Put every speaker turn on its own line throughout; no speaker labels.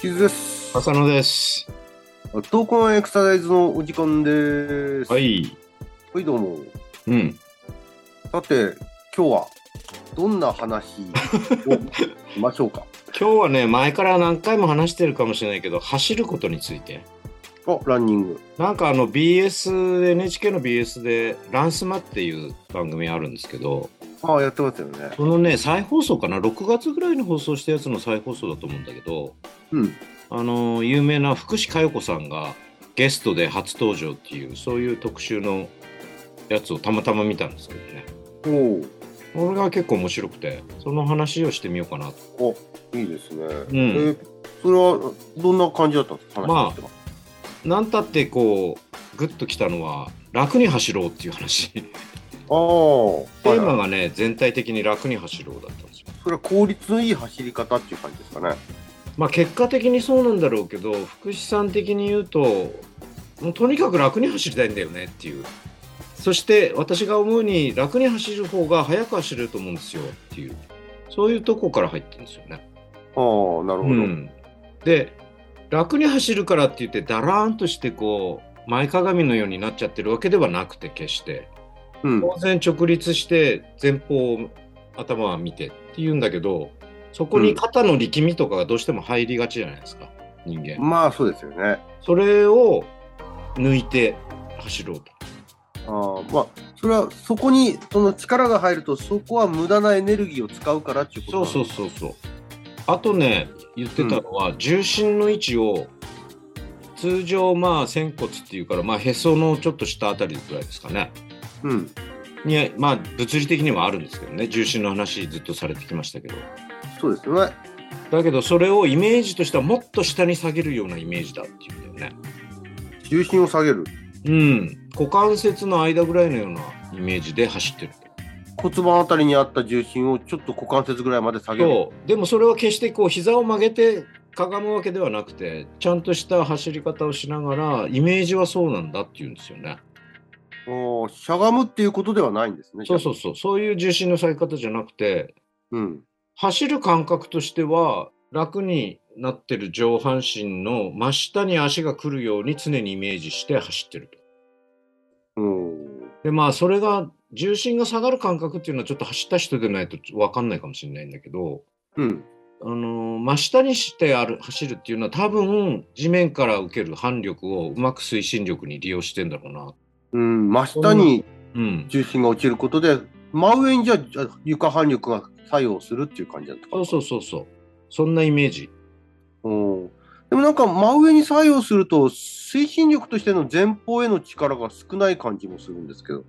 キズです。
浅野です。
投稿エクササイズのお時間です。
は。い。
はい、どうも。
うん。
さて、今日はどんな話をしましょうか。
今日はね、前から何回も話してるかもしれないけど、走ることについて。
あ、ランニング。
なんかあの BS で、NHK の BS で、ランスマっていう番組あるんですけど、
あ、やってますよね。
そのね、再放送かな、6月ぐらいに放送したやつの再放送だと思うんだけど、
うん。
あの、有名な福士加代子さんがゲストで初登場っていう、そういう特集のやつをたまたま見たんですけどね。
お
これが結構面白くて、その話をしてみようかなと。
お。あ、いいですね。うんえーそれはどんな感じだったんですか。
まあ
話してます
なんたってこうグッときたのは楽に走ろうっていう話テ
あーはい
ー
は
マ
い。
がね全体的に楽に走ろうだったんですよ
それは効率のいい走り方っていう感じですかね。
まあ結果的にそうなんだろうけど福士さん的に言うともうとにかく楽に走りたいんだよねっていうそして私が思うに楽に走る方が速く走れると思うんですよっていうそういうとこから入ってるんですよね
ああ、なるほど。
うん、で楽に走るからって言ってだらーんとしてこう前かがみのようになっちゃってるわけではなくて決して
うん。
当然直立して前方を頭は見てって言うんだけどそこに肩の力みとかがどうしても入りがちじゃないですか人間
まあ、そうですよね。
それを抜いて走ろうと
あーまあ、それはそこにその力が入るとそこは無駄なエネルギーを使うからっていうこと
そうそううそうそうあとね言ってたのは、重心の位置を通常まあ仙骨っていうからまあへそのちょっと下あたりぐらいですかね
そう、うん、
にまあ物理的にはあるんですけどね重心の話ずっとされてきましたけど
そうですよね
だけどそれをイメージとしてはもっと下に下げるようなイメージだっていうんだよね。
重心を下げる
うん。股関節の間ぐらいのようなイメージで走ってる。
骨盤あたりにあった重心をちょっと股関節ぐらいまで下げる
そう。でもそれは決してこう膝を曲げてかがむわけではなくて、ちゃんとした走り方をしながら、イメージはそうなんだっていうんですよね。
おーしゃがむっていうことではないんですね
そうそうそう。そういう重心の下げ方じゃなくて、
う、うん、
走る感覚としては楽になってる上半身の真下に足が来るように常にイメージして走ってると。
うん、
でまあそれが重心が下がる感覚っていうのはちょっと走った人でないと分かんないかもしれないんだけど、
うん、
あのー真下にしてある走るっていうのは多分地面から受ける反力をうまく推進力に利用してんだろうな。
うん、真下に
うん。
重心が落ちることで真上にじゃあじゃあ床反力が作用するっていう感じだったか
そ
な
うそうそうそう。そんなイメージ。
うんでもなんか真上に作用すると推進力としての前方への力が少ない感じもするんですけど。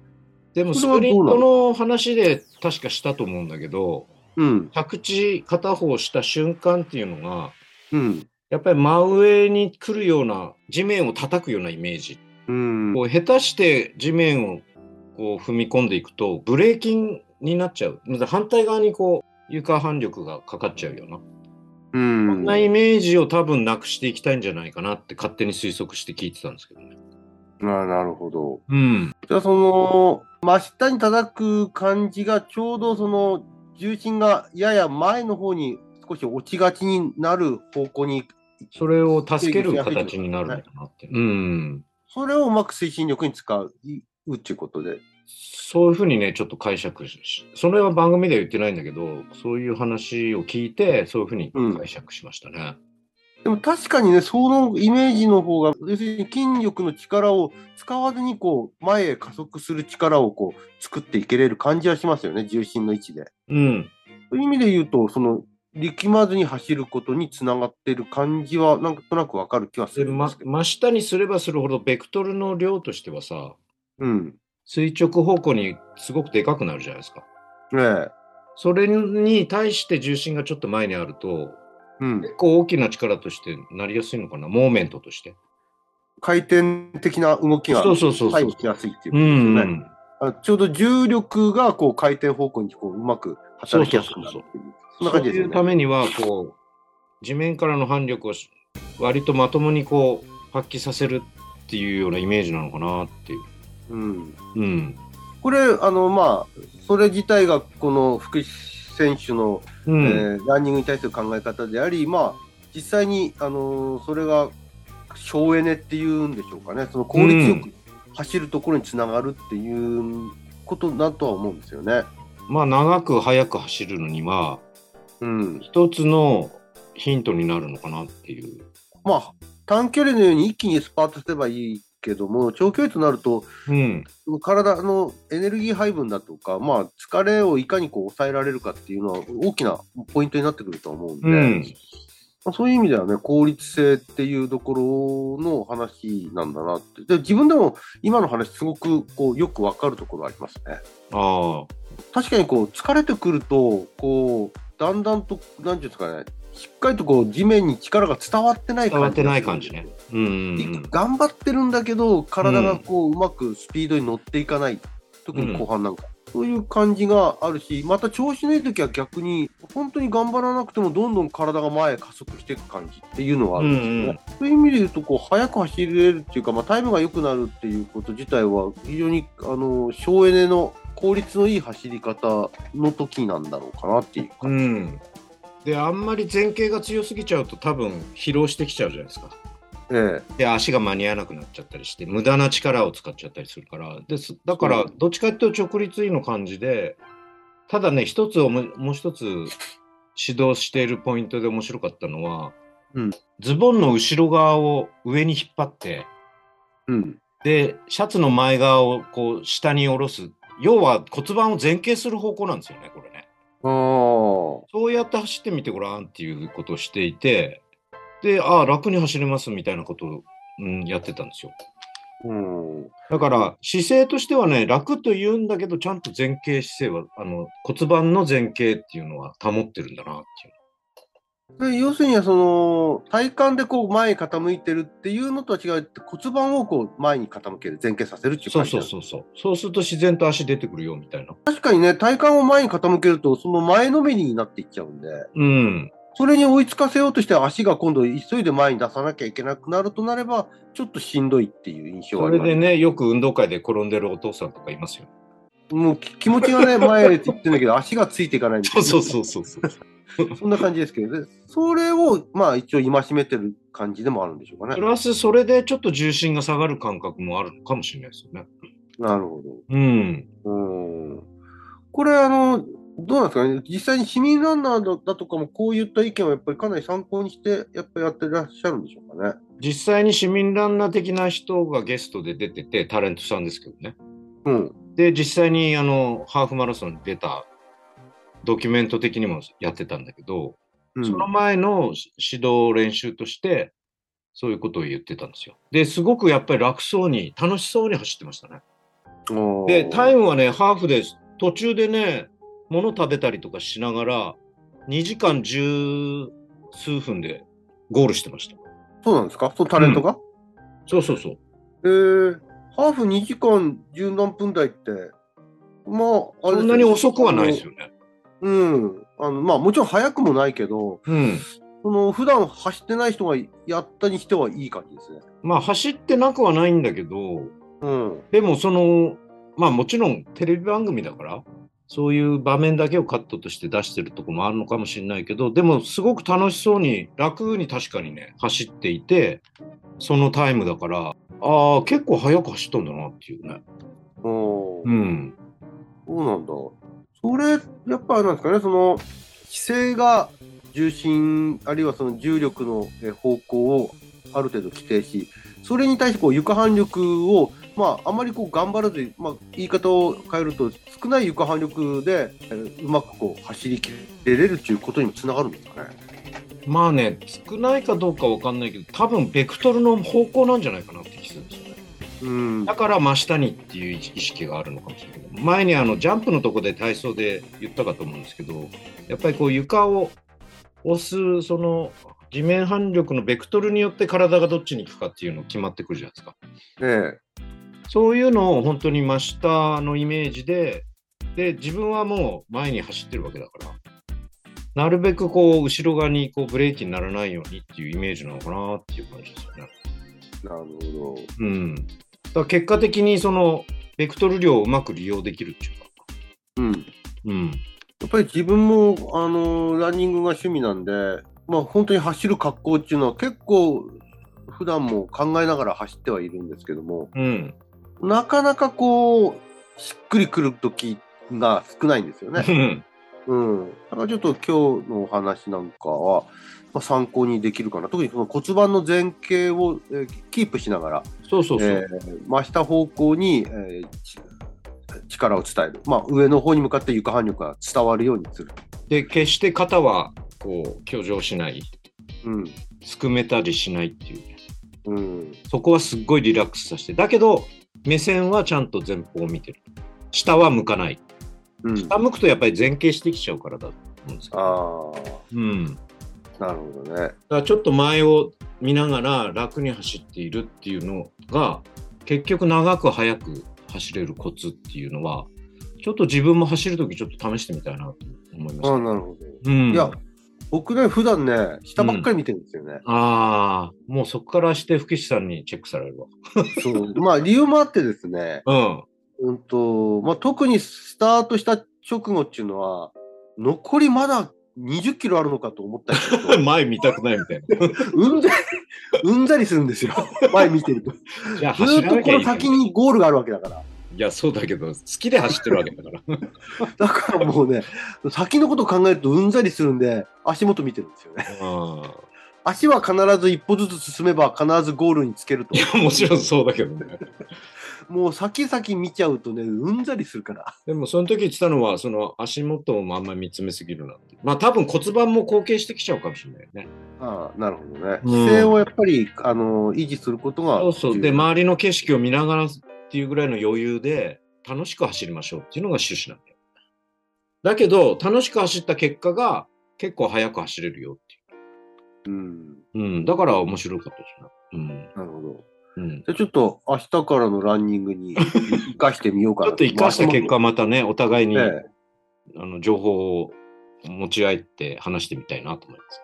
でもス
それはどう
プリ
な
ン
の
トの話で確かしたと思うんだけど、
うん。
着地片方した瞬間っていうのが、
うん。
やっぱり真上に来るような地面を叩くようなイメージ
うん。
こう下手して地面をこう踏み込んでいくとブレーキンになっちゃうまた反対側にこう床反力がかかっちゃうような、
う
そん
ん。
なイメージを多分なくしていきたいんじゃないかなって勝手に推測して聞いてたんですけどね。
まあ、なるほど。
うん、
じゃあその、真下に叩く感じがちょうどその重心がやや前の方に少し落ちがちになる方向に、
それを助ける形になるのかなって、うん、
それをうまく推進力に使うっていうことで。
そういうふうにねちょっと解釈しそれは番組では言ってないんだけどそういう話を聞いてそういうふうに解釈しましたね。
でも確かにね、そのイメージの方が、要するに筋力の力を使わずに、こう、前へ加速する力をこう、作っていけれる感じはしますよね、重心の位置で。
うん
そういう意味で言うと、その、力まずに走ることにつながってる感じは、なんとなくわかる気はす
で
るんで
ます
けど。
真下にすればするほどベクトルの量としてはさ
うん。
垂直方向にすごくでかくなるじゃないですか。
ええ。
それに対して重心がちょっと前にあると
うん。
結構大きな力としてなりやすいのかなモーメントとして。
回転的な動きが、
そうそうそうそう
はい起きやすいっていうことですよ
うん、
ね。
うん、
あちょうど重力が、こう、回転方向に、こう、うまく働きやすくなるっていう。そんな
そう
感じです
い
よ
う
ね。
ためにはこう地面からの反力をし割とまともにこう発揮させるっていうようなイメージなのかなっていう。
うん、
うん。
これ、あのまあ、それ自体がこの福士選手の、
うん。
えーランニングに対する考え方であり、まあ、実際に、あのーそれが省エネっていうんでしょうかね、その効率よく走るところにつながるっていうことだとは思うんですよね。
まあ長く速く走るのには
うん、
一つのヒントになるのかなっていう。
まあ短距離のように一気にスパートすればいいけども、長距離となると、
うん。
体のエネルギー配分だとか、まあ、疲れをいかにこう抑えられるかっていうのは大きなポイントになってくると思うんで、
うん。
まあ、そういう意味ではね、効率性っていうところの話なんだなって。で、自分でも今の話すごくこうよくわかるところありますね。
ああ。
確かにこう疲れてくると、こう、だんだんと、なんていうんですかね、しっかりとこう地面に力が伝わってない感じ。
伝わってない感じね。。うんうん
頑張ってるんだけど体がこううまくスピードに乗っていかない、特に後半なんか、そういう感じがあるしまた調子のいい時は逆に本当に頑張らなくてもどんどん体が前へ加速していく感じっていうのはあるんですよね、
うんうん
そういう意味で言うとこう速く走れるっていうか、まあ、タイムが良くなるっていうこと自体は非常にあの省エネの効率のいい走り方の時なんだろうかなっていう
う
か、
ん。うん。で、あんまり前傾が強すぎちゃうと多分疲労してきちゃうじゃないですか。
え
で足が間に合わなくなっちゃったりして無駄な力を使っちゃったりするからですだから
そう
どっちかっていうと直立位の感じでただね一つおももう一つ指導しているポイントで面白かったのは、
うん
ズボンの後ろ側を上に引っ張って
えうん
でシャツの前側をこう下に下ろす要は骨盤を前傾する方向なんですよねこれね。
あー
そうやって走ってみてごらんっていうことをしていてでああ楽に走れますみたいなことを、うん、やってたんですよ。
うん
だから姿勢としてはね楽と言うんだけどちゃんと前傾姿勢はあの骨盤の前傾っていうのは保ってるんだなっていう。
で要するにはその体幹でこう前に傾いてるっていうのとは違うって骨盤をこう前に傾ける前傾させるっていう
そ
感
う
じ
そう
なんです
そうそう。そうすると自然と足出てくるよみたいな。
確かにね体幹を前に傾けるとその前のめりになっていっちゃうんで
うん。
それに追いつかせようとして足が今度急いで前に出さなきゃいけなくなるとなればちょっとしんどいっていう印象は
そ
あり
れ
ます
でねよく運動会で転んでるお父さんとかいますよ。
もうき気持ちがね 前へって言ってんだけど足がついていかないみたい
そ
な
うそうそうそうそう。
そんな感じですけどねそれをまあ一応戒めてる感じでもあるんでしょうか
プ
ね
ラスそれでちょっと重心が下がる感覚もあるかもしれないですよね。
なるほど
うん。
うんこれあの、どうなんですかね、実際に市民ランナーだだとかも、こういった意見はやっぱりかなり参考にして、やっぱりやってらっしゃるんでしょうかね。
実際に市民ランナー的な人がゲストで出ててタレントさんですけどね。
うん、
で実際にあのハーフマラソンに出たドキュメント的にもやってたんだけど、
うん、
その前のし指導練習としてそういうことを言ってたんですよ。ですごくやっぱり楽そうに楽しそうに走ってましたね。
おー
でタイムはねハーフです途中でね物食べたりとかしながら2時間十数分でゴールしてました。
そうなんですか、そのタレントが、
そうそうそう。
えー、ハーフ2時間十何分台って、まあ、あれですよね
そんなに遅くはないですよね。
うんあのまあ、もちろん早くもないけど、
うん。
その普段走ってない人がやったにしてはいい感じですね。
まあ走ってなくはないんだけど、
うん、
でもそのまあもちろんテレビ番組だからそういう場面だけをカットとして出してるとこもあるのかもしれないけどでもすごく楽しそうに楽に確かにね走っていてそのタイムだからああ結構速く走ったんだなっていうね。
おー
うん
そうなんだ。それ、やっぱあれなんですかね、その、姿勢が重心、あるいはその重力のえ方向をある程度規定し、それに対してこう床反力を、まあ、あまりこう頑張らずに、まあ、言い方を変えると、少ない床反力で、えーうまくこう走り切れれるということにもつながるんですかね。
まあね少ないかどうかわかんないけど多分ベクトルの方向なんじゃないかなって気するんですよね。
うん
だ。から真下にっていう意識があるのかもしれない。前にあのジャンプのとこで体操で言ったかと思うんですけど、やっぱりこう床を押すその地面反力のベクトルによって体がどっちに行くかっていうの決まってくるじゃないですか。
え
そういうのを本当に真下のイメージで、で自分はもう前に走ってるわけだから、なるべくこう後ろ側にこうブレーキにならないようにっていうイメージなのかなっていう感じですよね。
なるほど。
うん、だから結果的にそのベクトル量をうまく利用できるっていうか、
うん。
うん、
やっぱり自分も、あのランニングが趣味なんで、まあ、本当に走る格好っていうのは結構、普段も考えながら走ってはいるんですけども、
うん、
なかなかこう、しっくりくる時が少ないんですよね。 うん。だからちょっと今日のお話なんかは、まあ、参考にできるかな。特にその骨盤の前傾を、えーキープしながら、
そうそうそう、
えー真下方向に、えーち力を伝える。まあ、上の方に向かって床反力が伝わるようにする。
で決して肩はこう挙上しない
うん。
すくめたりしないっていう
うん。
そこはすっごいリラックスさせてだけど目線はちゃんと前方を見てる下は向かない
うん。
下向くとやっぱり前傾してきちゃうからだと思うんですけど、
あ
うん、だ
あ、なるほどね。
からちょっと前を見ながら楽に走っているっていうのが結局長く速く走れるコツっていうのはちょっと自分も走るときちょっと試してみたいなと思いまし
あ
た、
あ、なるほど。
うん、
いや、僕ね、普段ね、下ばっかり見てるんですよね。
ああ、もうそこからして福士さんにチェックされるわ。
そう。まあ、理由もあってですね、
うん。
うんと、まあ、特にスタートした直後っていうのは、残りまだ20キロあるのかと思ったりする と、
前見たくないみたい
うんざり、うんざりするんですよ。前見てると。ず
な。 じゃあ
ー
走
っ
ら
と
なき
こ
ゃい
の
いのに
先にゴールがあるわけだから。
いや、そうだけど、好きで走ってるわけだから。
だからもうね、先のことを考えるとうんざりするんで、足元見てるんですよね。
う
足は必ず一歩ずつ進めば必ずゴールにつけると。
ん。 もちろんそうだけどね。
もう先々見ちゃうとね、うんざりするから。
でも、その時言ってたのは、その足元もあんまり見つめすぎるなって。まあ、多分骨盤も後傾してきちゃうかもしれないよね。
ああ、なるほどね。
うん
姿勢をやっぱり、あの、維持することが。
そうそう。で、周りの景色を見ながらっていうぐらいの余裕で、楽しく走りましょうっていうのが趣旨なんだよ。だけど、楽しく走った結果が、結構速く走れるよって
う
いう。
ん、
うん、だから面白かったですね。
なるほど。
うん。うん、
じゃあちょっと明日からのランニングに生かしてみようか
ち
な
ょっと生かした結果、またね、お互いに、
まあえ
あの情報を持ち合って話してみたいなと思います。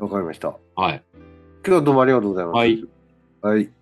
えわかりました。今
はい。
日はどうもありがとうございます。
はい。
はい